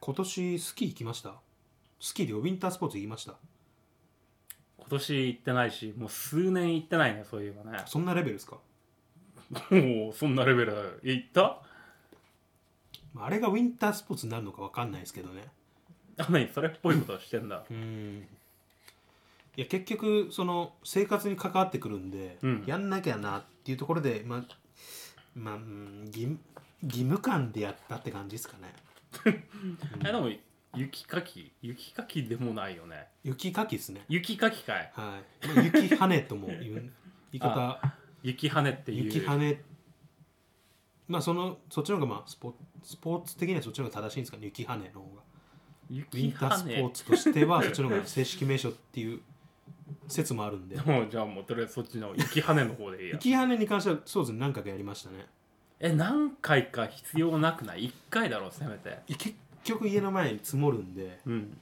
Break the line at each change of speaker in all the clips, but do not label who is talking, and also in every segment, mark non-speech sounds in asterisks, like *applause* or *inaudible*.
今年スキー行きましたスキーでウィンタースポーツ行きました
今年行ってないしもう数年行ってないねそういえばね
そんなレベルですか、
もうそんなレベルだよ行った
まあ、あれがウィンタースポーツになるのか分かんないですけどね
あ何それっぽいことはしてんだ
うんいや結局その生活に関わってくるんで、
うん
やんなきゃなっていうところでまあまあうん義務義務感でやったって感じですかね
えでも雪かき雪かきでもないよね
雪かきですね
雪かきかい
はい、まあ、雪跳ねとも
*laughs*
言う言い方
雪跳ねっていう
雪跳ねまあそのそっちの方がまあスポスポーツ的にはそっちの方が正しいんですかね雪跳ねの方がウィ
雪
ンタース
跳
ポ
ね
ーツとしてはそっちの方が正式名称っていう説もあるんで
もうじゃあもうとりあえずそっちの雪跳ねの方でいいや
雪跳ねに関してはそうですね何回かやりましたね
*laughs* え何回か必要なくない1回だろせめて
い結局家の前に積もるんで
うん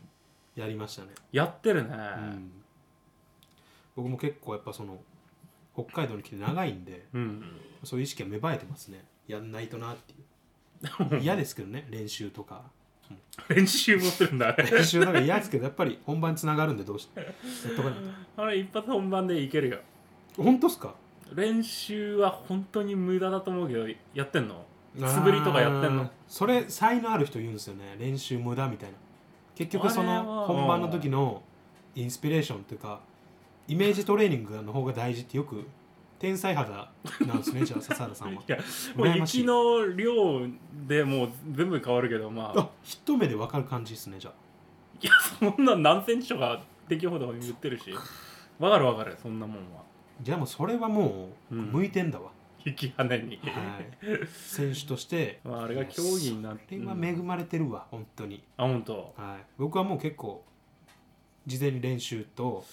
やりましたね、
やってるね、
うん、僕も結構やっぱその北海道に来て長いんで
うん
そういう意識が芽生えてますねやんないとなっていう嫌ですけどね練習とか
*laughs* 練習もするんだね
練習なんか嫌ですけどやっぱり本番につながるんでどうしてやっとかない
*laughs* あれ一発本番でいけるよ
と本当っすか
練習は本当に無駄だと思うけどやってんの素振りとかやって
あー
んの
それ才能ある人言うんですよね練習無駄みたいな結局そ
あれは
の本番の時のインスピレーションというかイメージトレーニングの方が大事ってよく天才肌なんです
*laughs*
ねじゃあ笹原さんはい
やもう
羨ましい
雪の量でもう全部変わるけどまあ *laughs*
あ一目で分かる感じですねじゃあ
いやそんな何センチとかできるほど言ってるしわかるわかるそんなもんは
じゃあもうそれはもう
うん
向いてんだわ、
雪跳ねに、
はい、選手として
まあ、あれが競技になっ
こ
て
れは恵まれてるわ本当に
あ本当
はい、僕はもう結構事前に練習と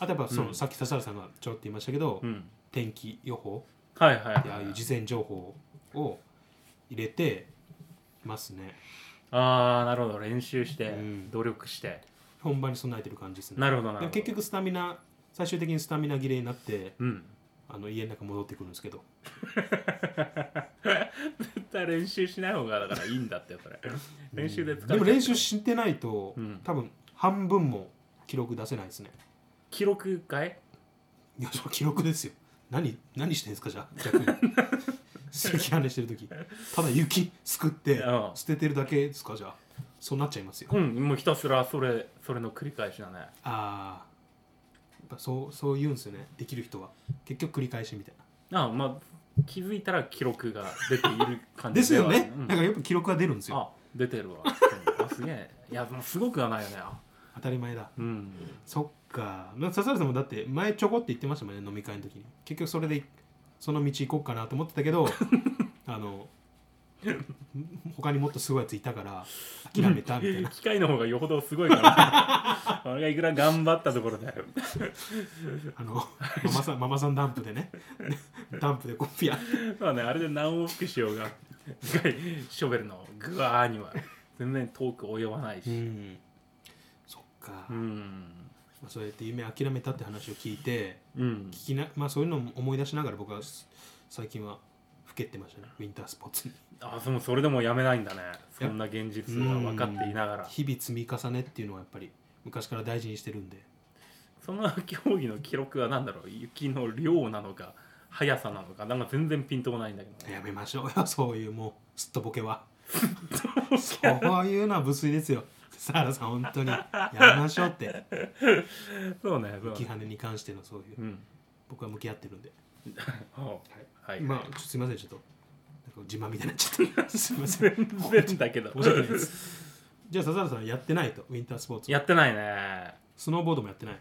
あとやっぱその、
うん
さっき笹原さんがちょろっと言いましたけど、
うん
天気予報
はいは
や
い
ああ
はいいう
事前情報を入れてますね
ああなるほど練習して、
うん
努力して
本番に備えてる感じですね
なるほどなる
で
ほ
も
ど
結局スタミナ最終的にスタミナ切れになって
うん
あの家の中戻ってくるんですけど
絶対練習しない方がだからいいんだってそれ *laughs* 練習で使
でも練習してないと、
うん
多分半分も記録出せないですね
記録かい
いやそれ記録ですよ何何してんですかじゃあ逆
*laughs*
に赤飯してる時ただ雪すくって
うん
捨ててるだけですかじゃあそうなっちゃいますよ
うんもうひたすらそれそれの繰り返しだね
ああやっぱそうそう言うんですよねできる人は結局繰り返しみたい
あまあ気づいたら記録が出ている
な
感
で
じ
すよね、
うん
だからよく記録が出るんですよ
あ出てるわうんあすげえいやもうすごくはないよね
当たり前だ
うん
そっかまあ笹原さんもだって前ちょこって言ってましたもんね飲み会の時に結局それでその道行こうかなと思ってたけ *laughs* どあの他にもっとすごいやついたから諦めたみたいな
機械の方がよほどすごいから俺がいくら頑張ったところだよ
あのママさん *laughs* ママさんダンプでねダンプでコピア
まあねあれで何往復しようが機械ショベルのグワーには全然遠く及ばないし
んそっか、
う
ま
ん
あ、そうやって夢諦めたって話を聞いて
うん
聞きな、まあ、そういうのも思い出しながら僕はす最近は老けてましたねウィンタースポーツに
あでもそれでもやめないんだねそんな現実が分かっていながら
日々積み重ねっていうのはやっぱり昔から大事にしてるんで
その競技の記録は何だろう雪の量なのか速さなのかなんか全然ピンとこないんだけどね
やめましょうよ *laughs* そういうもうすっとぼけ
*laughs*
はそういうのは無粋ですよ笹原さん本当にやめましょうって
そうねそ
浮
う
き
ね
跳ねに関してのそういう
うん
僕は向き合ってるんで
はい、はい、
まあちょっとすみませんちょっとなんか自慢みたいになっちゃった *laughs* すみません申
全然だけど
し訳ないですじゃあ笹原さんやってないとウィンタースポーツ
やってないね
スノーボードもやってないう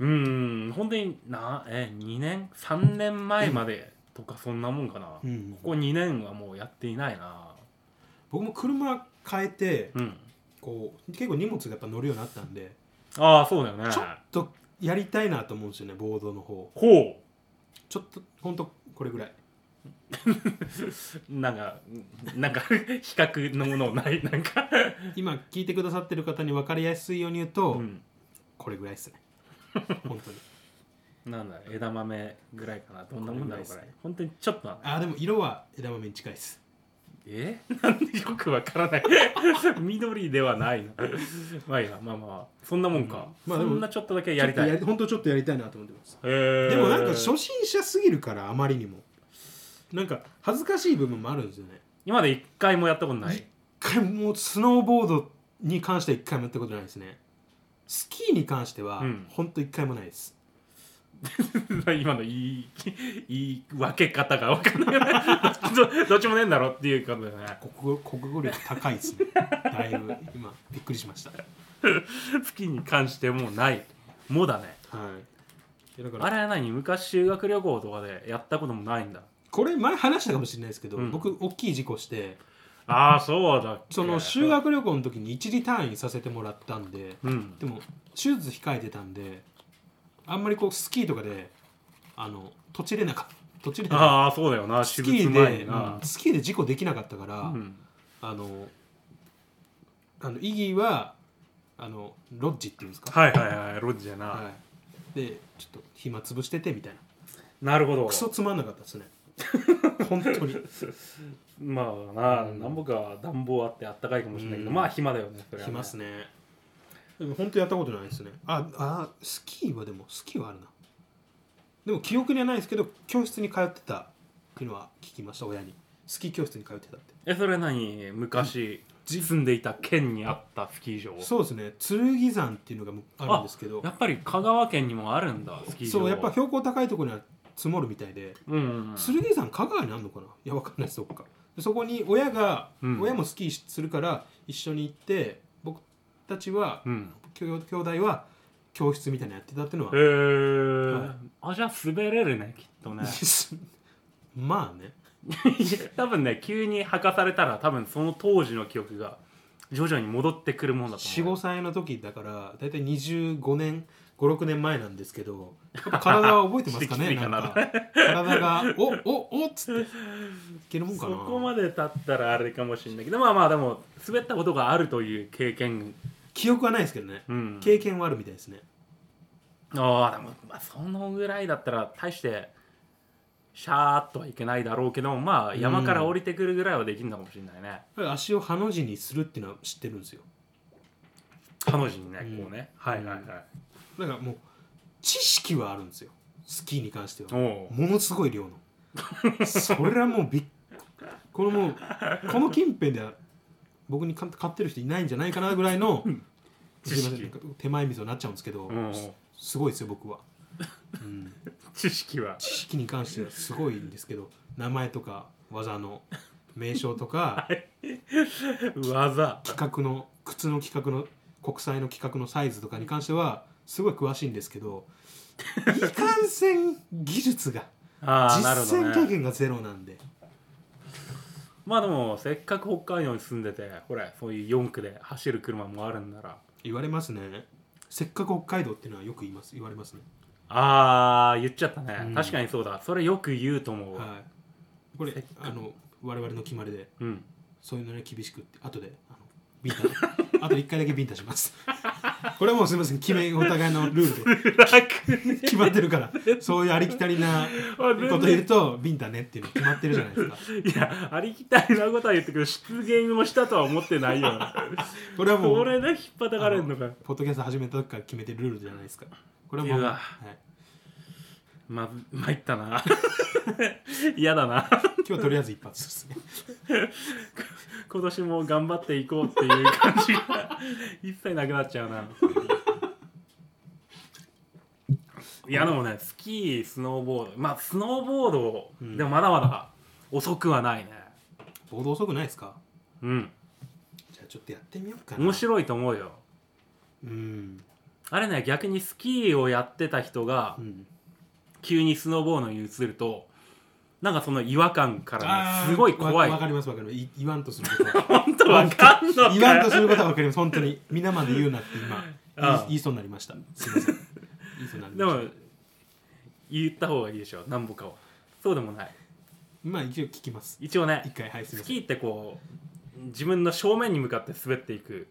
ーん本当になえ2年3年前までとかそんなもんかな、
うん
ここ2年はもうやっていないな
僕も車変えて
うん
こう結構荷物がやっぱ乗るようになったんで
ああそうだよね
ちょっとやりたいなと思うんですよねボードの方
ほ
ちょっとほんとこれぐらいう
なんかなんか *laughs* 比較のものないなんか
今聞いてくださってる方に分かりやすいように言うと、
うん
これぐらいですね本当に
なんだ枝豆ぐらいかなどんなもんだろうこ
これぐらい
れ
ですね
本当にちょっとなの
あーでも色は枝豆に近いです
えなんでよくわからない
*laughs*
緑ではないなまあいいやまあまあそんなもんか、
うんまあでも
そんなちょっとだけやりたい
ちょっ
へ
と本当ちょっとやりたいなと思ってます
え
でもなんか初心者すぎるからあまりにもなんか恥ずかしい部分もあるんですよね
今まで一回もやったこと
*laughs*
ない
一回もうスノーボードに関しては一回もやったことないですねスキーに関しては
うん
本当一回もないです、
今の言い言い分け方が分かんないどどっちもねえんだろっていうことだよね
国語国語力高いですねだいぶ今びっくりしました
スキーに関してもうないもうだね
はいいやだか
あ
ら
れは何昔修学旅行とかでやったこともないんだ
これ前話したかもしれないですけど、
うん
僕大きい事故して
ああそうだっけ
その修学旅行の時に一時単位させてもらったんで
うん
でも手術控えてたんであんまりこうスキーとかであのとちれなかったとちれなかっ
*laughs* ああそうだよ
た
な手
ス
術
キー
前
で、
にな
うんスキーで事故できなかったから、
うん
あのあのイギーはあのロッジっていうんですか、
はいはいはいロッジやな、
はいでちょっと暇潰しててみたいな
なるほど
クソつまんなかったです
*laughs*
ね本当に
まあな、
うん
なんぼか暖房あってあったかいかもしれないけど、
うん
まあ暇だよねそれは、ね、
暇っすねでも本当やったことないですねああスキーはでもスキーはあるなでも記憶にはないですけど教室に通ってたっていうのは聞きました親にスキー教室に通ってたって
えそれは何昔、住んでいた県にあったスキー場
そうですね剣山っていうのがむあるんですけど
やっぱり香川県にもあるんだスキー場
そうやっぱ
う
標高高いところには積もるみたいで、
んうん、うん、
剣山香川にあるのかないや *laughs* わかんないですそっかでそこに親が、
うん
親もスキーするから一緒に行って僕たちは、
うん
きょ兄弟は教室みたいなのやってたっていうのは
へえー
はい
あじゃあ滑れるねきっとね
*laughs* まあね
*laughs* 多分ね急に吐かされたら多分その当時の記憶が徐々に戻ってくるもんだと思う
45歳の時だから大体25年56年前なんですけどやっぱ体は覚えてますか
*laughs*
ね
指摘
な
か
ん
な
か体が「おおおっつっていけるもんか
そ
な
こまで経ったらあれかもしれないけどまあまあでも滑ったことがあるという経験、
記憶はないですけどね、
うん、
経験はあるみたいですね
ああでも、まあ、そのぐらいだったら大してシャーっとはいけないだろうけどまあ山から降りてくるぐらいはできるのかもしれないね、
足をハの字にするっていうのは知ってるんですよ
彼女にね
うん
こうね、
はいはい
はい
だからもう知識はあるんですよスキーに関しては
おう
ものすごい量のそれはもうびっこのもうこの近辺では僕にか買ってる人いないんじゃないかなぐらいのす
知
い
識
ませんなんか手前味噌になっちゃうんですけど、
うん
すすごいですよ僕は、うん、
知
*laughs*
識は
知識に関してはすごいんですけど名前とか技の名称とか
技
企画の靴の企画の国際の企画のサイズとかに関してはすごい詳しいんですけ
*laughs*
どいかんせん技術が
ああなるほ
実践
ど
経
ね
験がゼロなんで。
まあでもせっかく北海道に住んでてほらそういう四駆で走る車もあるんなら
言われますねせっかく北海道っていうのはよく言います言われますね
ああ言っちゃったね、
うん
確かにそうだそれよく言うと思う、
はいこれ
せっかく
あの我々の決まりで
うん
そういうのね厳しくって後であのビンタ *laughs* あと1回だけビンタしますこれはもうすみません決めお互いのルールで
*laughs*
決まってるからそういうありきたりなこと言うとビンタねっていうの決まってるじゃないですか
いや、ありきたりなことは言ってくる失言をしたとは思ってないよ。
これは *laughs* も
こ
う
れで引っ張たかれるのか。
ポッドキャスト始めた時から決めてるルールじゃないですかこれはもう
うわ
はい、
まず、参ったな。 *laughs* 嫌だな。
今日はとりあえず一発ですね
今年も頑張っていこうっていう感じが一切なくなっちゃうな。いや、でもね、スキー、スノーボード。まあ、スノーボード、
うん
でもまだまだ遅くはないね。
ボード遅くないですか
うん。
じゃあちょっとやってみようかな
面白いと思うよ。
うん、
あれね、逆にスキーをやってた人が
う、ん
急にスノーボードに移るとなんかその違和感から
あ
ね
ー
すごい怖い
わわかりますわかりますい言わんとすることは
本当 *laughs* わかんのか
言わんと
よ
することはわかります本当に皆まで言うなって今言い
ああ
言いそうになりましたす
*laughs*
いません言いそうになり
で
ました
も言った方がいいでしょ何ぼかはそうでもない
まあ一応聞きます
一応ね
一回はいすい
ス
ませ
キ
ん
ーってこう自分の正面に向かって滑っていく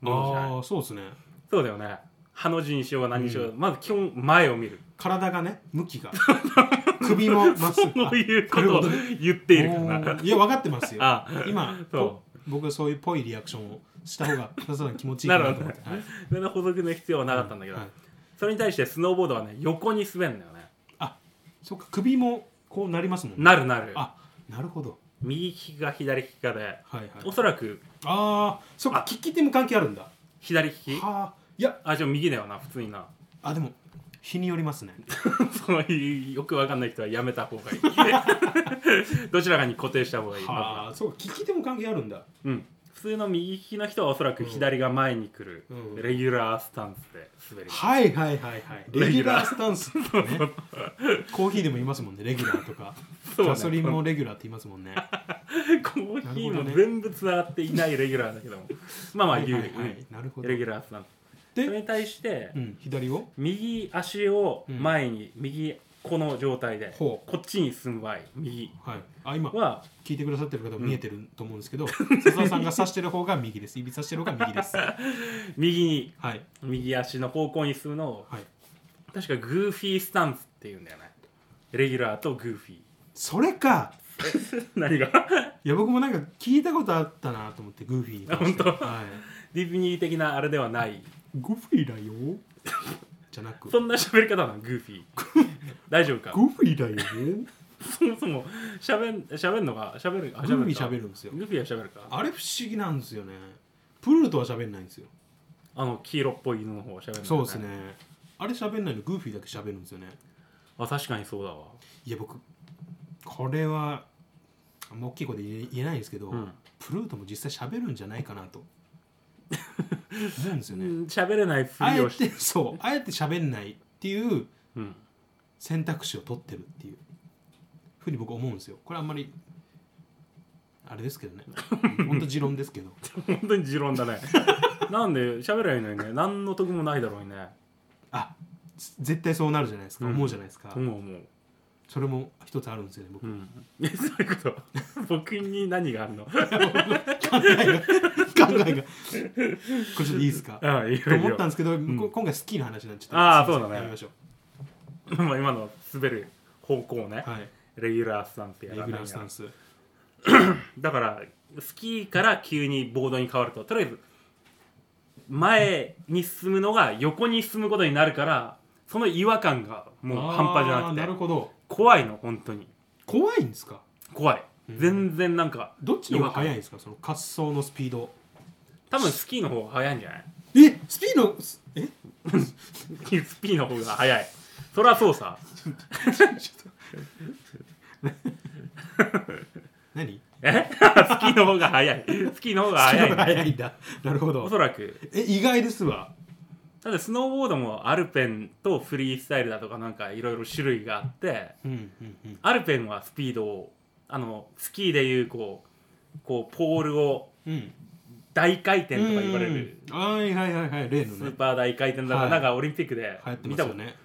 ものじゃ
あ
ない
あそうですね
そうだよねハの字にしようが何にしようが、まず基本前を見る *laughs*
体がね向きが首もまっすぐ
そういうこ
なる
と
ほ
を
ど
言っているか
お
な
ーいや分かってますよ
あ
今
そ
僕はそういうぽいリアクションをした方がささらに気持ちいいかなと思って、はい
それの補足の必要はなかったんだけど、
はい
それに対してスノーボードはね横に滑るんだよね
あそっか首もこうなりますもんね
なるなる
あなるほど
右利きか左利きかで
はいはい
おそらく
ああそっか
あ
利き手も関係あるんだは
左利き
あいや
あじゃあ右だよな普
*laughs*
通にな
あでも日によりますね
そういうよくわかんない人はやめた方がいい
*laughs*
どちらかに固定した方がいい、
はあそうか利き手も関係あるんだ
うん、普通の右利きの人はおそらく左が前に来る、
うん
レギュラースタンスで滑ります
はいはいはいはいレギュラースタンスってね
そう
コーヒーでも言いますもんねレギュラーとか
*laughs* そうね
ガソリンもレギュラーって言いますもんねなるほ
コーヒー
ど
も
ね
全部つながっていないレギュラーだけどもまあまあ
はい
有
は
利、
いはいなるほ
うん
ど
レギュラースタンス
で
それに対して、
うん左を
右足を前に、右この状態で
ほ
こっちに進む場合右
はいあ今
は
聞いてくださってる方見えてると思うんですけど笹田さんが指してる方が右です指さしてる方が右ですは
右に
い
右足の方向に進むのを
はい
確かグーフィースタンスっていうんだよねレギュラーとグー *laughs* フィー
それか
何が
いや僕もなんか聞いたことあったなと思ってグーフィーに関して
あ本当
はい
ディズニー的なあれではない
グーフィーだよじゃなく
そんな喋り方なのグーフィー *laughs* 大丈夫か
グーフィーだよグ
そもそも喋んしゃべんのが喋るあ
ーフィー
か
喋るんですよ
グーフィーは喋るかあ
あれ不思議なんですよねプルルとは喋んないんですよ
の黄色っぽい犬の方は喋る、ね、
そうですねあれ喋んないのグーフィーだけ喋るんですよね
あ確かにそうだわ
いや僕これはあんま大きい声で言え言えないですけど、
うん
プルートも実際喋るんじゃないかなと思うんですよ
う
ね
ん喋れないふ
あ
り
え
をして
てそうあえて喋んないっていう
うん
選択肢を取ってるっていうふうに僕思うんですよこれあんまりあれですけど
*laughs*
ねほんと持論ですけど
本当に持論だねなんで喋らないいのにね何の得もないだろうにね
あぜ絶対そうなるじゃないですか、
うん
思うじゃないですか、
思う思う
それも一つあるんですよね僕
う、んえそういうこと僕に何があるの
考えがこれちょっといいですか
ああいいよ
と
いい
思っ
よ
たんですけど、
ん
こ今回スキーの話になっちゃった
ああ
すいません
そうだね
やめましょう
まあ今の滑る方向ね、
はい
レギュラースタンスや
レ
ら
ギ
何
ュ
や
ラースタンス
だからスキーから急にボードに変わるととりあえず前に進むのが横に進むことになるからその違和感がもう半端じゃな
あーなる
くて
ほど
怖いの本当に
怖いんですか
怖い
うん
全然なんか
どっちの方が速いんですかその滑走のスピード
多分スキーの方が速いんじゃない
えスピードすえ
スピーの方が速いそりゃそうさ
何
え *laughs* スキーの方が速いスキーの方が速
スピード
い
が速いんだなるほ
お
ど
そらく
え意外ですわ
だってスノーボードもアルペンとフリースタイルだとかなんかいろいろ種類があって
うんうんうん
アルペンはスピードをあのスキーでいうこうこうポールを
うん
大回転とか言われる
うんはいはいはいはい例の
スー
ね
パー大回転だとか、
はい
なんかオリンピックで
流行って
見
ま
た
すよ
もん、
ね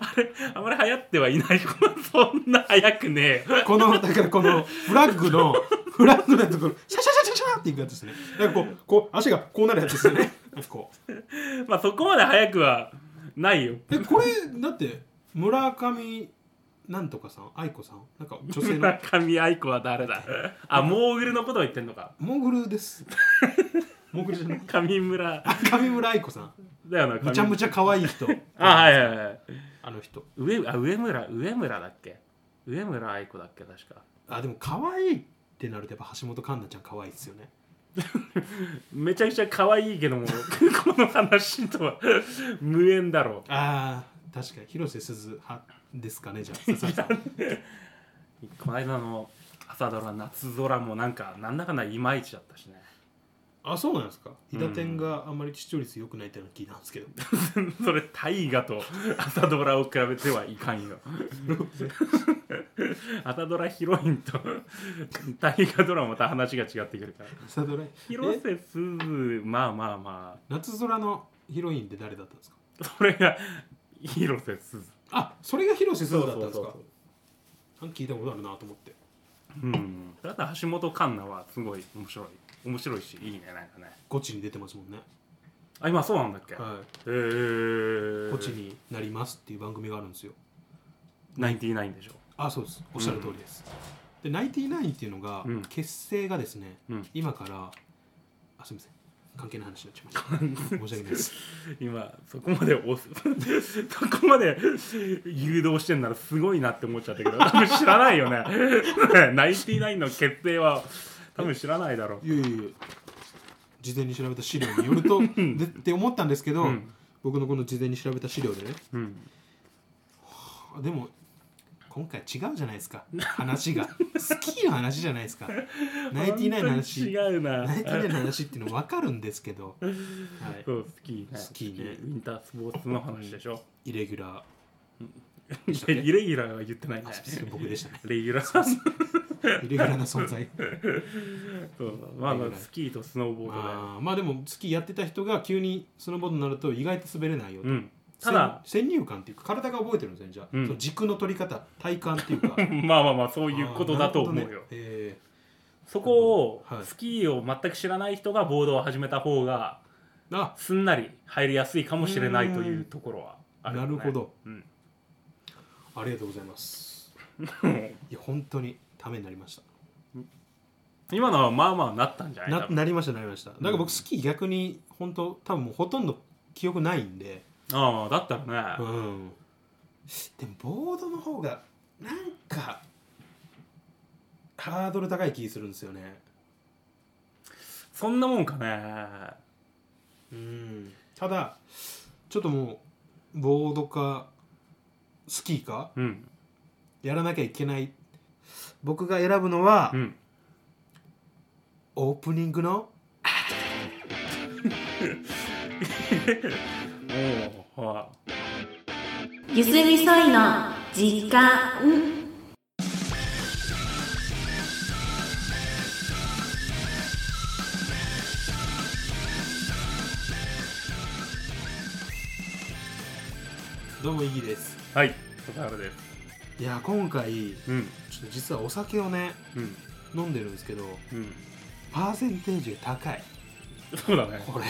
あれあまり流行ってはいない *laughs* そんな速くねえよ
このだからこのフラッグのフラッグのところシャシャシャシャシャっていくやつですねなんかこうこう足がこうなるやつですよねなんかこう
まあそこまで速くはないよ
えこれだって村上なんとかさん愛子さんなんか女性の
*laughs* 村上愛子は誰だあモーグルのことを言ってんのか
モグルですモグルじゃない
上村
あ上村愛子さん
だよな上
むちゃむちゃ可愛い人
あはいはいはい
あの人
上あ上村上村だっけ上村愛子だっけ確か
あでも可愛いってなるとやっぱ橋本環奈ちゃん可愛いですよね
めちゃくちゃ可愛いけども *laughs* この話とは無縁だろ
あー確かに広瀬すず派ですかね
*laughs*
じゃあ笹井さん
うこの間の朝ドラ「夏空」もなんかなんだかんだいまいちだったしね
あそうなんですか飛騨天があんまり視聴率良くないっていうのは聞いたんです
*laughs*
けど
それ大河と朝ドラを比べてはいかんよ *laughs* 朝ドラヒロインと *laughs* 大河ドラマまた話が違ってくるから
朝ドラ
広
え
瀬すずまあまあま
夏空のヒロインって誰だったんですか
あそれが広瀬すず
あそれが広瀬すずだったんですか
そうそうそう
なんか聞いたことあるなと思って
うんただ橋本環奈はすごい面白い面白いしいいねなんかね
ゴチに出てますもんね
あ今そうなんだっけ、
は
えー、
いゴチになりますっていう番組があるんですよ
ナインティナインでしょ
あそうですおっしゃる通りです、でナインティナインっていうのが、
うん
結成がですね、
うん
今からあすみません関係ない話になっちゃいました申し訳ないです
今そこまで押すそこまで誘導してんならすごいなって思っちゃったけど多分知らないよね *laughs* ねナインティナインの決定は多分知らないだろう
いやいやいや事前に調べた資料によるとでって思ったんですけど、
うん
僕のこの事前に調べた資料でね
うん
あでも今回違うじゃないですか話がスキーの話じゃない
*laughs*
ですかナインティナインの話
本当に違う
ナインティナイン
な
の話っていうの分かるんですけど、はい、
そうスキーね
スキーね
ウィンタースポーツの話でしょ
イレギュラ
イレギュラーは言ってないね
あすいません僕でしたね
レギュラー
ーイレギュラーな存在
そうまあま
レギュラ
あ
ー
スキーとスノーボードで
あーまあでもスキーやってた人が急にスノーボードになると意外と滑れないよと、
うんただ
先先入観っていうか体が覚えてるんですよねじゃあ、
うん
その軸の取り方体感っていう
*laughs*
か
まあまあまあそういうことだと思う
あーなる
よ
ほどねえ
そこを
はい
スキーを全く知らない人がボードを始めた方が
ーあ
すんなり入りやすいかもしれないというところはあるよね
なるほど、
うん、
ありがとうございます。いや本当にためになりまし
*laughs* 今のはまあまあなったんじゃ
た。
ない多
な
分
なりましたなりました。だから
うん
僕スキー逆に本当多分もうほとんど記憶ないんで、
ああだったら
う
ね、
ん。でもボードの方がなんかハードル高い気するんですよね。
そんなもんかね
うん。ただちょっともうボードかスキーか
うん
やらなきゃいけない。僕が選ぶのは、
うん
オープニングの
おおは
ゆすみそいの時間
どうもイギです。
はい笠原です
いや今回
う
ちょ
ん
っと実はお酒をね
うん
飲んでるんですけど
うん
パーセンテージが高い
そうだね
これ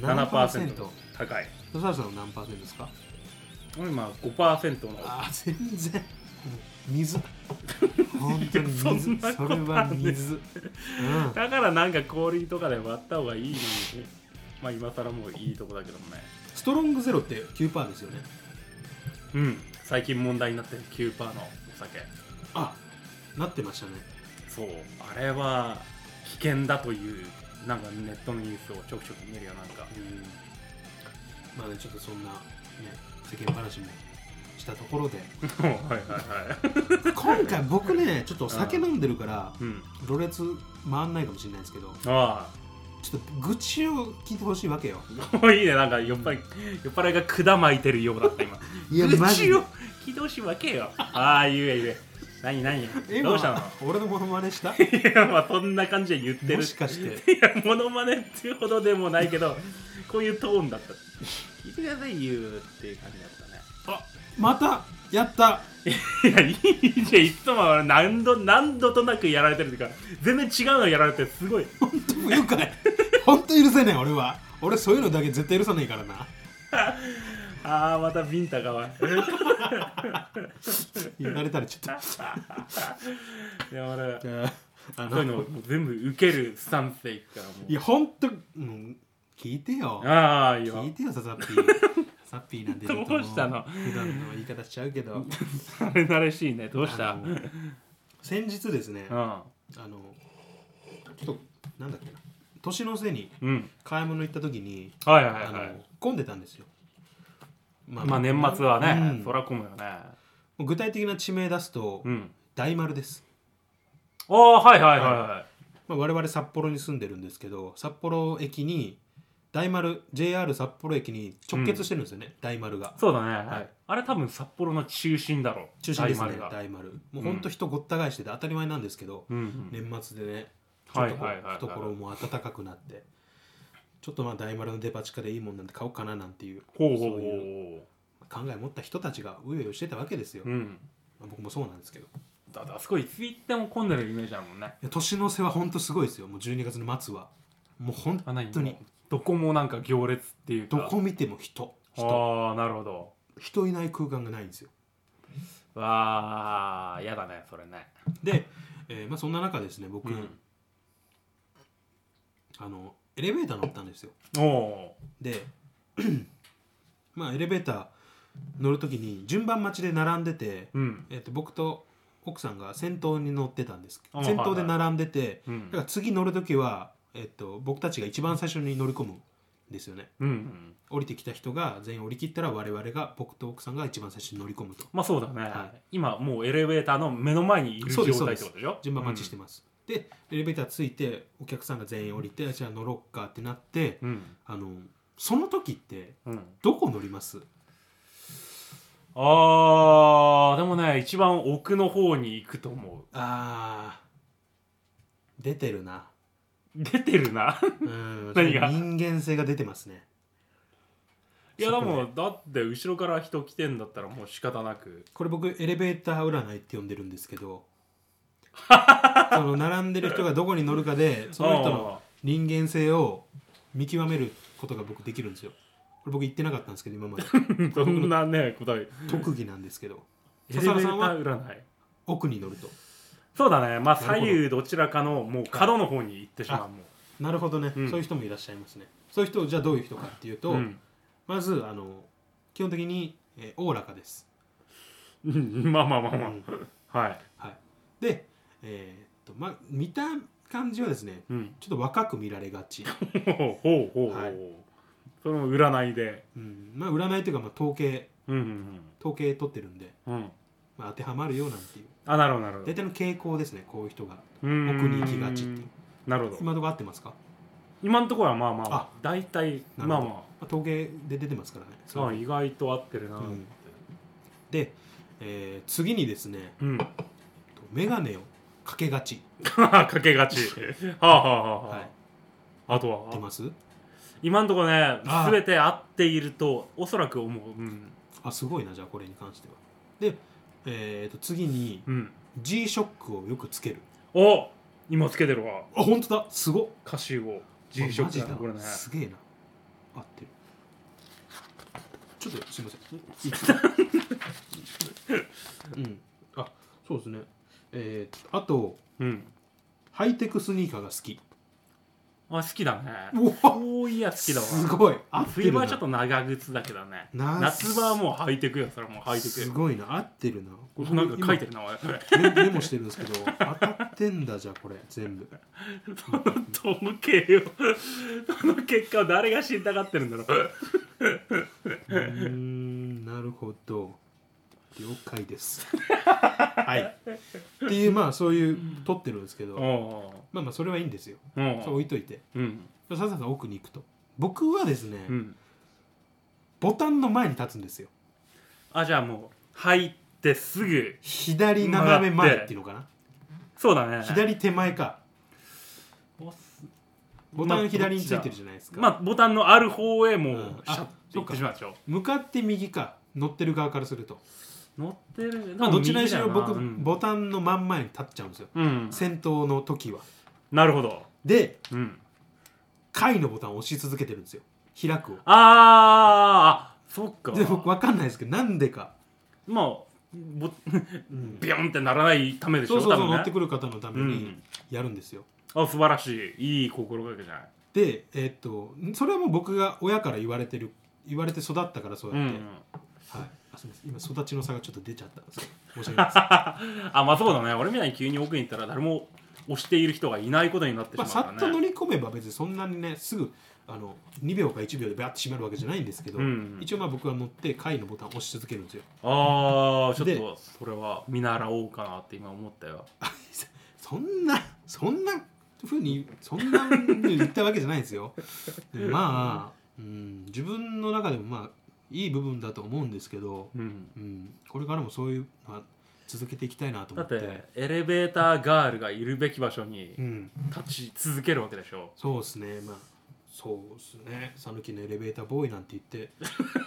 7%高い
笹原さんは何パーセントですか
今5%の
あー全然水本当に水
そんな
そ
こ
れ
と
は水、うん、
だからなんか氷とかで割った方がいいのにまあ今更もういいとこだけどもね
ストロングゼロって9%ですよね
うん最近問題になってる9%のお酒
あなってましたね
そうあれは危険だというなんかネットのニュースをちょくちょく見るよなんか
うんまあねちょっとそんなね世間話もしたところで
はいはいはい
今回僕ねちょっとお酒飲んでるから
うん
ろれつ回んないかもしれないですけど
あ
ちょっと愚痴を聞いてほしいわけよ。
あいいねなんか酔っ払い酔っ払いが管巻いてるようだった今
いやマジで
口を起動しわけよああ言え言え何何どうしたの
俺のモノマネ
*laughs*
した
いやまあそんな感じで言って
も
る
しかして。
いや、モノマネっていうほどでもないけど、こういうトーンだった。聞いてくださいよっていう感じだっ
あまたやった
たね。いや、いいじゃん、いつもは何度、何度となくやられてるっていうか、全然違うのやられてる、すごい。
本当不愉
*laughs*
快本当許せねえ俺は。俺そういうのだけ絶対許さねえからな。
ああ、またビンタかわい
言われたらちょっ
*laughs* い。いや、俺、
と。いやあ
そういうの
の
を全部受けるスタンスでいくから、もう。
いや本当、うん、聞いてよ。
ああ、いいよ
聞い。てよササッピ
*laughs*
ー。サッピーなんて
どうしたの
普段の言い方しちゃうけど。
慣れ慣れしいね。どうした
あ
う
の
ん。
先日ですね、
うん。
あのちょっとなんだっけな年の瀬に
うん。
買い物行った時に。
はいはい
あの
はい。
混んでたんですよ。ま
まあ年末はね、
うん
そら混むよね。
具体的な地名出すと、
うん。
大丸です。
ああ、はいはいはいはい。
まあ、我々札幌に住んでるんですけど札幌駅に大丸 JR 札幌駅に直結してるんですよね、大丸が
そうだね、
はい
あれ多分札幌の中心だろう
中心ですね
大
大
丸
丸
が、
もうほんと人ごった返してて当たり前なんですけど、
うんうん
年末でねちょ
は
っ
い
とこ
はいはいは
う
い
懐も温かくなってちょっとまあ大丸のデパ地下でいいもんなんて買おうかななんていう
ほうほうほ
そう
う
いう考え持った人たちがうようよしてたわけですよ、
うん
まあ僕もそうなんですけど
だってあそこいつ行っても混んでるイメージだもんね
いや年の瀬は本当すごいですよもう12月の末はもう本
あ何
当に
もうどこもなんか行列っていうか
どこ見ても人人
ああなるほど
人いない空間がないんですよ
わあやだねそれね
で、えーまあ、そんな中ですね僕、
うん
あのエレベーター乗ったんですよ
おお
で *clears throat* まあエレベーター乗る時に順番待ちで並んでて、
ーうん
えっと僕と奥さんが先頭に乗ってたんです
あ
先頭で並んでて、
うん
だから次乗る時は、えっと僕たちが一番最初に乗り込むんですよね
うんうん
降りてきた人が全員降り切ったら我々が僕と奥さんが一番最初に乗り込むと
まあそうだね、
は
今もうエレベーターの目の前にいる
そ
状
うです
態ってことでしょ
順番待ちしてます、でエレベーターついてお客さんが全員降りてじゃあ乗ろっかってなって、
すうん、
あのその時って
うん、
どこ乗ります
あーでもね一番奥の方に行くと思
あー出てるな
う出てる
*laughs*
な
うん
何が
人間性が出てますね
いやで
そこね
もだって後ろから人来てんだったらもう仕方なく
これ僕エレベーター占いって呼んでるんですけ
*laughs*
どその並んでる人がどこに乗るかでその人の人間性を見極めることが僕できるんですよこれ僕言ってなかったんですけど今
*laughs*
まで
そんなね答え
特技なんですけど
エレベ
笹野
ー
さ
タ
んは
ー占い
奥に乗ると
そうだねまあ
なるほど
左右どちらかのもう角の方に行ってしまうも
なるほどね、
うん
そういう人もいらっしゃいますねそういう人じゃあどういう人かっていうと、
う、うん
まずあの基本的にえーおお、らかです、
うん、まあまあまあまあ、
うん
はい、
はい、で、えーっとまあ、見た感じはですね
うん、
ちょっと若く見られが *laughs* ち、
ほうほうほう、
はい
それも占いで
うん、まあ占いというか、まあ、統計
うん
統計取ってるんで、
うんうんうん
まあ、当てはまるよなんていう
あなるほどなるほど
大体の傾向ですねこういう人が
奥
奥に行きがちっていう
なるほど
今のところ合ってますか、
今のところはまあまあ
あ
大体
なるほど
まあま
まあ、統計で出てますからね
あまあ意外と合ってるなって
うんで、えー次にですね
うん *laughs*
眼鏡をかけがち、
かけ
*laughs*
がちはあはあはあ、
はい、
あと
合って
は
ます
今のところね
あ
全て合っているとおそらく思ううん
あすごいなじゃあこれに関してはで、えー、と次に
うん
G ショックをよくつける
お今つけてるわ
あ本当だすごっ
歌詞を
あ
G ショ
マジだ
ックこれね
すげえな合ってるちょっとすいませんうんあそうですねえーとあと
うん
ハイテクスニーカーが好き
あ好きだね
うわ
こういや好きだわ
すごい合って
冬
る
場は
な
ちょっと長靴だけどね
な
夏場はもうハイテクよそれはもうハイテ
す
ク
ごいな合ってるなこれ
なんか書いてるな俺
今メメモしてるんですけど当たってんだじゃあこれ全部
その計をその結果を誰が知りたがってるんだろう
うーんなるほど了解です *laughs* はいっていうまあそういう撮ってるんですけど
お
まあまあそれはいいんですよ
うおう
そう置いといて
うん
笹田さん奥に行くと僕はですね、
うん
ボタンの前に立つんですよ
あじゃあもう入ってすぐ
左斜め前っていうのかな
そうだね
左手前か
押す
ボタン左についてるじゃないですか、
まあボタンのある方へも
う
うんシャッて行ってしまうでしょ
向かって右か乗ってる側からすると、
乗ってる
まあ、どちらにしろ
でも
僕、
右だよ
ボタンの真ん前に立っちゃうんですよ
なうんうん
先頭の時は
なるほど
で
うん
回のボタンを押し続けてるんですよ開くを
あーあそっか
で僕分かんないですけどなんでか、
まあぼ *laughs*
うん
ビョンってならないためでし
そ
ょ
うそうそう、
多分ね
乗ってくる方のため
う
に
ん
やるんですよ、
あ素晴らしいいい心がけじゃない
でえーっとそれはもう僕が親から言われてる言われて育ったからそう
う
や
んう
って、
ん *laughs*
はいあすみません今育ちの差がちょっと出ちゃったんですけど申し訳ないで
*laughs*
す
あまあそうだね俺みたいに急に奥に行ったら誰も押している人がいないことになってし
ま
ま
あ
う
さ
から
っと
ね、
乗り込めば別にそんなにねすぐあの2秒か1秒でバッて閉まるわけじゃないんですけど、
うん
一応まあ僕は乗って回のボタンを押し続けるんですよ
ああちょっ
で
とそれは見習おうかなって今思ったよ
そんなそんなふうにそんなふうに言ったわけじゃないですよでまあ、うん、自分の中でもまあいい部分だと思うんですけど、
うん
うん、これからもそういう、まあ、続けていきたいなと思
だっ
って
てエレベーターガールがいるべき場所に
うん、
立ち続けるわけでしょ
そうですねまあそうですね讃岐のエレベーターボーイなんて言って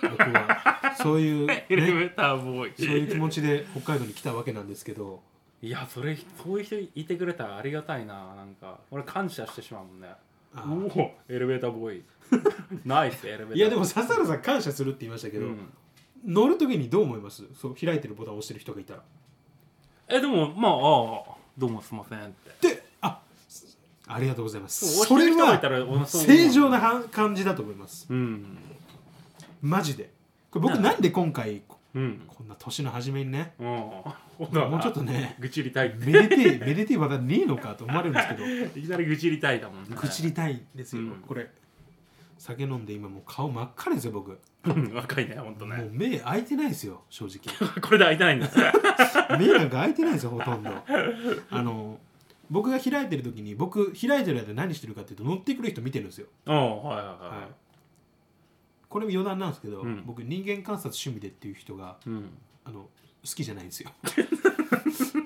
僕はそういう、ね、
*laughs* エレベーターボー
そう
イ
いう気持ちで北海道に来たわけなんですけど
いやそれそういう人いてくれたらありがたいななんか俺感謝してしまうもんね
あ
おおエレベーターボーイ *laughs* ナイスエレベーター
いやでも笹原さん感謝するって言いましたけど、
うん
乗る時にどう思いますそう開いてるボタンを押してる人がいたら
えでもまあああどうもすいませんって
であすありがとうございます
そう
それ
押してる人がいたら
は
そう
正常なは感じだと思います
うん
マジでこれ僕
な
なんで今回こ
うん
こんな年の初めにね
うんも
もうちょっとね
愚痴りたい
めでてえめでてえ技ねえのかと思われるんですけど
いきなり愚痴りたいだもんね
愚痴りたいんですよ、
うん
これ酒飲んで今もう顔真っ赤ですよ僕、
うん *laughs* 若いねほんと
もう
ね
目開いてないですよ正直 *laughs*
これで開いてないんだ
目なんか開いてないですよほとんどあの僕が開いてる時に僕開いてる間何してるかっていうと乗ってくる人見てるんですよ、
うんはいはい
は
はい
これも余談なんですけど、
うん
僕人間観察趣味でっていう人が
いうん
あの好きじゃないん
*laughs*
ですよ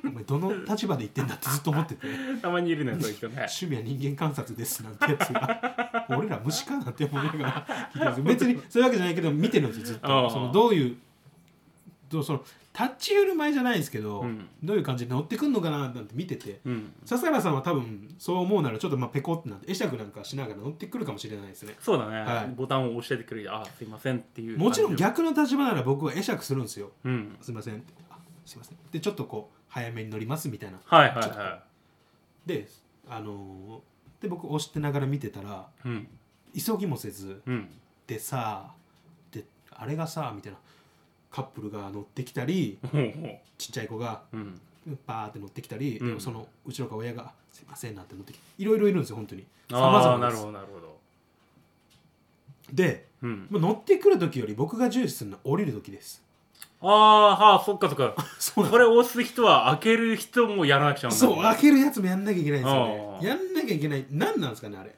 お前どの立場で言ってんだってずっと思ってて
たまにいるねそういう
*laughs*
人ね
趣味は人間観察ですなんてやつ
*laughs*
が俺ら虫かなんて思いながら聞いてます別にそういうわけじゃないけど見てるんですよずっ
ああ
とそのどういうどうその立ち振る舞いじゃないですけど、
うん
どういう感じで乗ってくんのかななんて見てて
うん
笹原さんは多分そう思うならちょっとまあペコってなって会釈なんかしながら乗ってくるかもしれないですね
そうだね、
はい
ボタンを押しててくれるあすいませんっていう
もちろん
感じ
逆の立場なら僕は会釈するんですよ
うん
すいませんってあすいませんでちょっとこう早めに乗りますみたいな
はいはいは
であのーで僕押してながら見てたら
いうん
急ぎもせず
うん
でさであれがさみたいなカップルが乗ってきたり
ほうほ
ちっちゃい子が
ううん
バーって乗ってきたり、
うん
そのうちの親が「すいません」なんて乗ってきていろいろいるんですよ本当に様
ああ
々な
な
で
るほ
す
どなるほど
で
うん
もう乗ってくる時より僕が重視するのは降りる時です
ああはあそっ *laughs* かそっか
そうなん
これ押す人は開ける人もやらなくちゃなんだ
そう開けるやつもやんなきゃいけないんですよね
あー
やんなきゃいけない何なんですかねあ
*laughs*
れ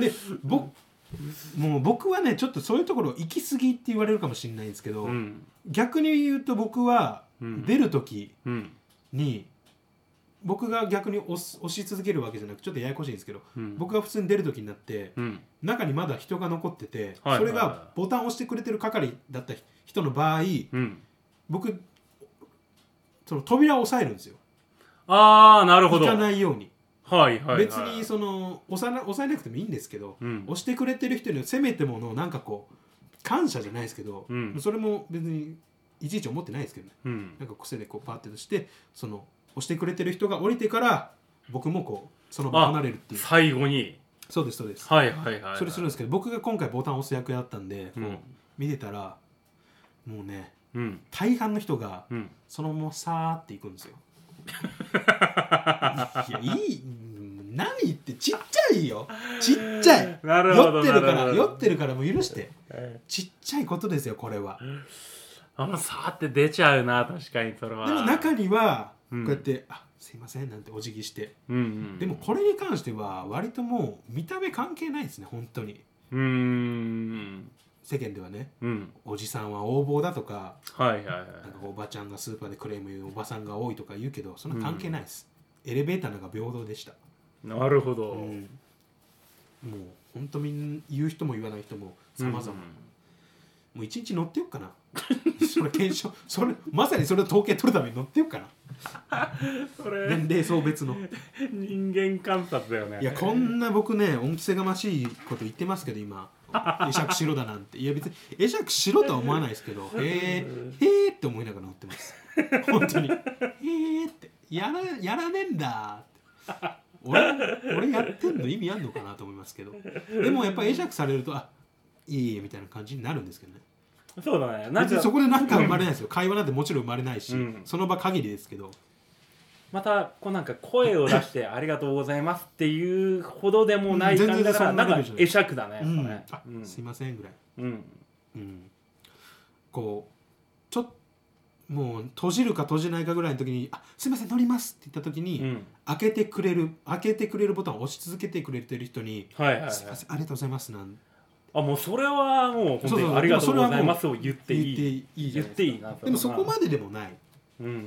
で僕もう僕はねちょっとそういうところ行き過ぎって言われるかもしれないんですけど、
うん
逆に言うと僕は
うん
出る時
うん
に、僕が逆に押す押し続けるわけじゃなくちょっとややこしいんですけど、
うん
僕が普通に出る時になって、
うん
中にまだ人が残ってて、
はいはいはい
それがボタンを押してくれてる係だった人の場合
うん
僕その扉を押さえるんですよ
ああなるほ
行
ど
かないように、
はいはい、はい、
別にその押さな押さえなくてもいいんですけど、
うん
押してくれてる人にせめてものなんかこう感謝じゃないですけど、
うん
それも別にいちいち思ってないですけどね
うん
なんか癖でこうパーってしてその押してくれてる人が降りてから僕もこうその場
あ
離れるっていう
最後に
そうですそうです、
はいはいはい
それするんですすけど僕が今回ボタンを押す役だったんで、
うん
見てたらもうね
うん
大半の人が
うん
そのままさーっていくんです
*laughs*
よいやいいうん何言ってちっちゃいよちっちゃい
なるほ
酔
ど
ってるか
な
ら
るほど
酔ってるからもう許して
え
ちっちゃいことですよこれは
ーあんまさーって出ちゃうな確かにそれは
でも中にはこ
うん
うやって「あすいません」なんてお辞儀して
うんうん
でもこれに関しては割ともう見た目関係ないですね本当に
うーん
世間ではね
うん
おじさんは横暴だとか
はいはいはい
なんかおばちゃんがスーパーでクレーム言うおばさんが多いとか言うけどそんな関係ないです、エレベーターなんか平等でした、
なるほど、
うんもう本当みん言う人も言わない人も様々、もう一日乗ってよっかな *laughs* それ検証それまさにそれを統計取るために乗ってよっかな
それ
年齢層別の
人間観察だよね
いやこんな僕ね恩着せがましいこと言ってますけど今会釈しろだなんていや別に会釈しろとは思わないですけ
*laughs*
どへえへえって思いながら乗ってます本当にへえってやらやらねえんだって俺俺やってんの意味あんのかなと思いますけどでもやっぱり会釈されるとあいいえみたいな感じになるんですけどね
そうだねなん
別
か
にそこで何か生まれないですよ会話なんてもちろん生まれないし、
うん
その場限りですけど
またこうなんか声を出して「ありがとうございます」っていうほどでもな
う
い
ん
感じ
全然
だから
そんな
な
レベ
ん
ルじゃ
か
ない
会釈だねやっぱね
あ
うん
すいませんぐらい
うん
うん、こうちょっもう閉じるか閉じないかぐらいの時に「あすいません乗ります」って言った時に、
うん
開けてくれる開けてくれるボタンを押し続けてくれてる人に「
はいはいはい
すいませんありがとうございます」なん
あもうそれはも
そう
う本当
そう
に「ありがとうございます」を言っていい
言っていいじゃないです
言っていいな
かでもそこま
で
ででもない
うん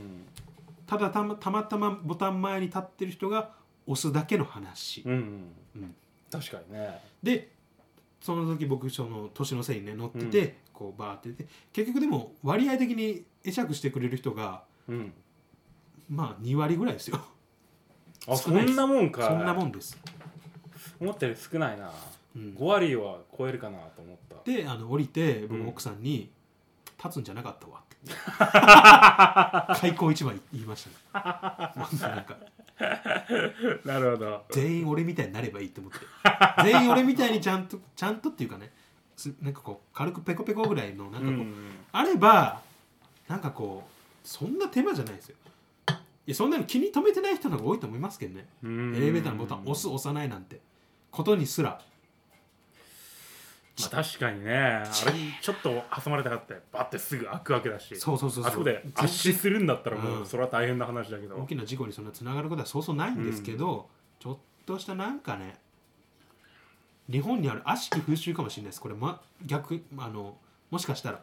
ただたまたまたまボタン前に立ってる人が押すだけの話、
うん
うん
確かにね
でその時僕その年のせいにね乗ってて、
うん
こうバーってて結局でも割合的に会釈してくれる人が
うん
まあ2割ぐらいですよ少
あそ
ないです
んなもんか
そんなも
ん
んです。
思ったより少ないな
うん
5割は超えるかなと思った
であの降りて
う
僕
ん
奥さんに「立つんじゃなかったわ」って開口一番言いましたねもうなんか
なるほど
全員俺みたいになればいいと思って全員俺みたいにちゃんとちゃんとっていうかねすなんかこう軽くペコペコぐらいのなんかこう、あればなんかこうそんな手間じゃないですよいやそんなの気に留めてない人の方が多いと思いますけどねエレベーターのボタン押す押さないなんてことにすら
まあ、確かにねあれちょっと挟まれたかってバッてすぐ開くわけだし
そうそうそうそう
あそこで圧死するんだったらもう、
うん
それは大変な話だけど
大きな事故にそんなつながることはそうそうないんですけど、ちょっとしたなんかね日本にある悪しき風習かもしれないですこれ、ま、逆あのもしかしたら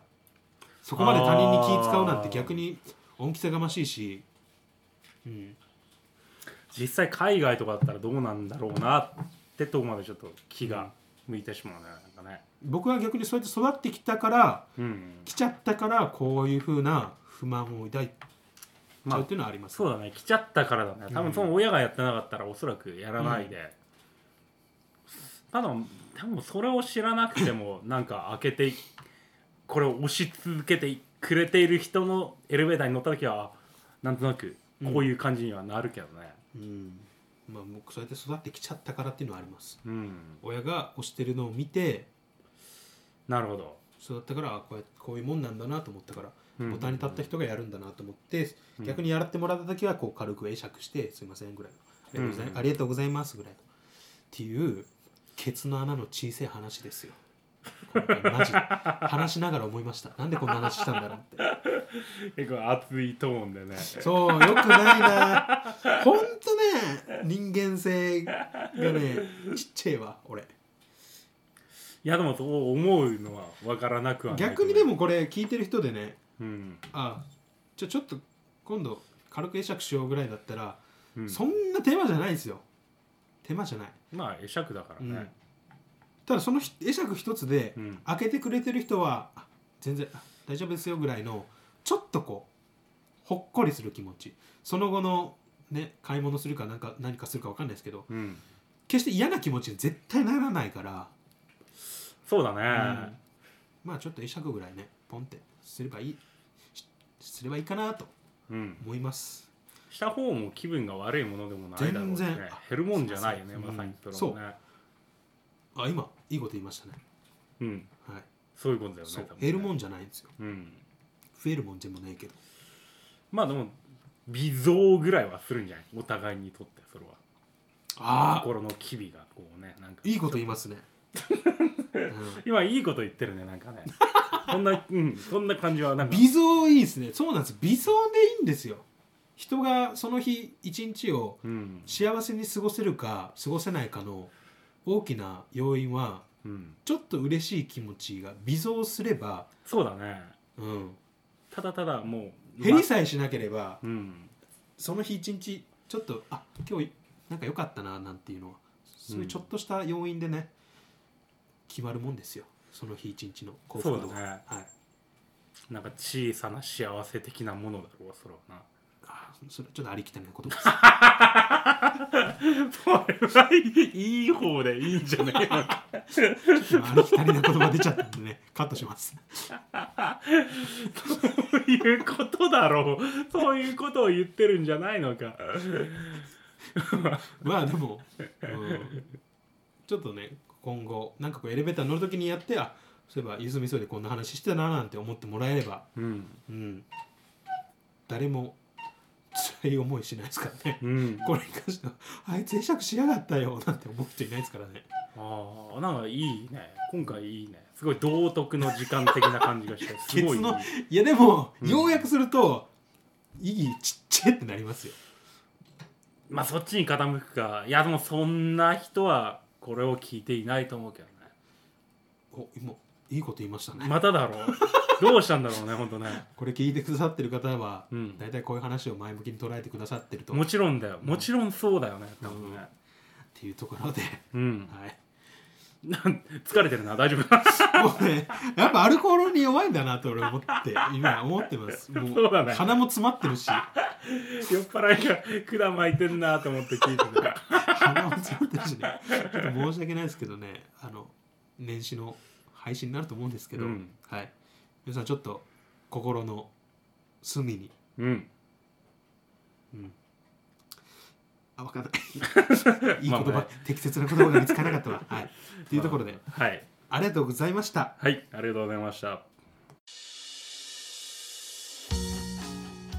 そこまで他人に気使うなんて逆に恩着せがましいし、うん、
実際海外とかだったらどうなんだろうなってとこまでちょっと気が向いてしまうねなんかね
僕は逆にそうやって育ってきたから
うん
来ちゃったからこういうふうな不満を抱いちゃ
ま
う
あ
っていうのはあります、
そうだね来ちゃったからだね多分その親がやってなかったらおそらくやらないで、ただでもそれを知らなくてもなんか開けていこれを押し続けてくれている人のエレベーターに乗った時はなんとなくこういう感じにはなるけどね
うんまあ、僕そうやって育ってきちゃったからっていうのはあります
うん、
親が押してるのを見て
なるほど
そうだったからあこうやこういうもんなんだなと思ったから、
うん
ボタンに立った人がやるんだなと思って、
うん
逆にやってもらった時はこう軽く会釈して「すいません」ぐらいありがとうござい、
うん
ありがとうございます」ぐらいっていうケツの穴の小さい話ですよ。今回マジで話しながら思いましたなんでこんな話したんだろうって
結構熱いトーンでね
そうよくないなほんとね人間性がねちっちゃいわ俺
いやでもそう思うのは分からなくはない
逆にで、もこれ聞いてる人でね
うん
あじゃちょっと今度軽く会釈しようぐらいだったら、
うん、
そんな手間じゃないですよ手間じゃない
まあ会釈だからね、
ただそのひ会釈一つで、
うん
開けてくれてる人はあ全然あ大丈夫ですよぐらいのちょっとこうほっこりする気持ちその後のね買い物するかなんか何かするか分かんないですけど
うん、
決して嫌な気持ちに絶対ならないから、
そうだね、
うんまあちょっと会釈ぐらいねポンってすればいいしすればいいかなと
うん、
思います
した方も気分が悪いものでもないだろ
全
うしね
然
減るもんじゃないよね
そうそう
まさにプロ
そう
もね
あ今いいこと言いましたね
う、ん、
はい
そういうことだよね
そう
多分
減
ね
るもんじゃないんですよ
うん、
増えるもんでもないけど
まあでも微増ぐらいはするんじゃないお互いにとってそれは
ああ
心の機微がこうねなんか
いいこと言いますね、うん
今いいこと言ってるねなん
*laughs*
かねそんなうんそんな感じはなんか
微増いいですねそうなんです微増でいいんですよ人がその日一日を
うん
幸せに過ごせるか過ごせないかの大きな要因は
うん
ちょっと嬉しい気持ちが微増すれば、
そうだね
うん、
ただただもう
減り
ま
さえしなければ
うん
その日一日ちょっとあ今日なんか良かったななんていうのはそういうちょっとした要因でね、決まるもんですよその日一日の幸福度
そう
は、
だね
はい、
なんか小さな幸せ的なものだろうそれは
*laughs*
な
あーそれちょっとありきたりなことです
それはいい方でいいんじゃねえのか
今ありきたりな言葉出ちゃったんでねカットします
そういうことだろうそういうことを言ってるんじゃないのか
まあでも、うんちょっとね今後なんかこうエレベーター乗る時にやってあそういえばゆずみそいでこんな話してたななんて思ってもらえれば、
うん
うん、誰も辛い思いしないですからね
うん
これに関してはあいつ会釈しやがったよなんて思う人いないですからね
ああなんかいいね今回いいねすごい道徳の時間的な感じがしてすご
ケツ
いい *laughs* い
のいやでも、
うん
ようやくすると意義ちっちゃいってなりますよ
まあそっちに傾くかいやでもそんな人はこれを聞いていないと思うけどね
お今いいこと言いましたね、
まただろ *laughs* うどうしたんだろうねほんとね
これ聞いてくださってる方は、
うん
大体こういう話を前向きに捉えてくださってると
もちろんだよもちろんそうだよね多分ね
っていうところで、
うん
はい
なん疲れてるな大丈夫か
もうね、やっぱアルコールに弱いんだなと俺思って今思ってますも
*laughs* そうだね
鼻も詰まってるし
*laughs* 酔っ払いが管巻いてんなと思って聞いてた
*laughs* 鼻も詰まってるしねちょっと申し訳ないですけどねあの年始の配信になると思うんですけど、
うん
はい、皆さんちょっと心の隅に
*laughs* うん
あ分かん *laughs* ないいい言葉、適切な言葉が見つからなかったわ、はい、っていうところで、
はい
ありがとうございました
はいありがとうございました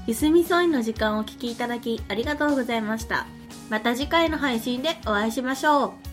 ゆすみそいの時間をお聞きいただきありがとうございましたまた次回の配信でお会いしましょう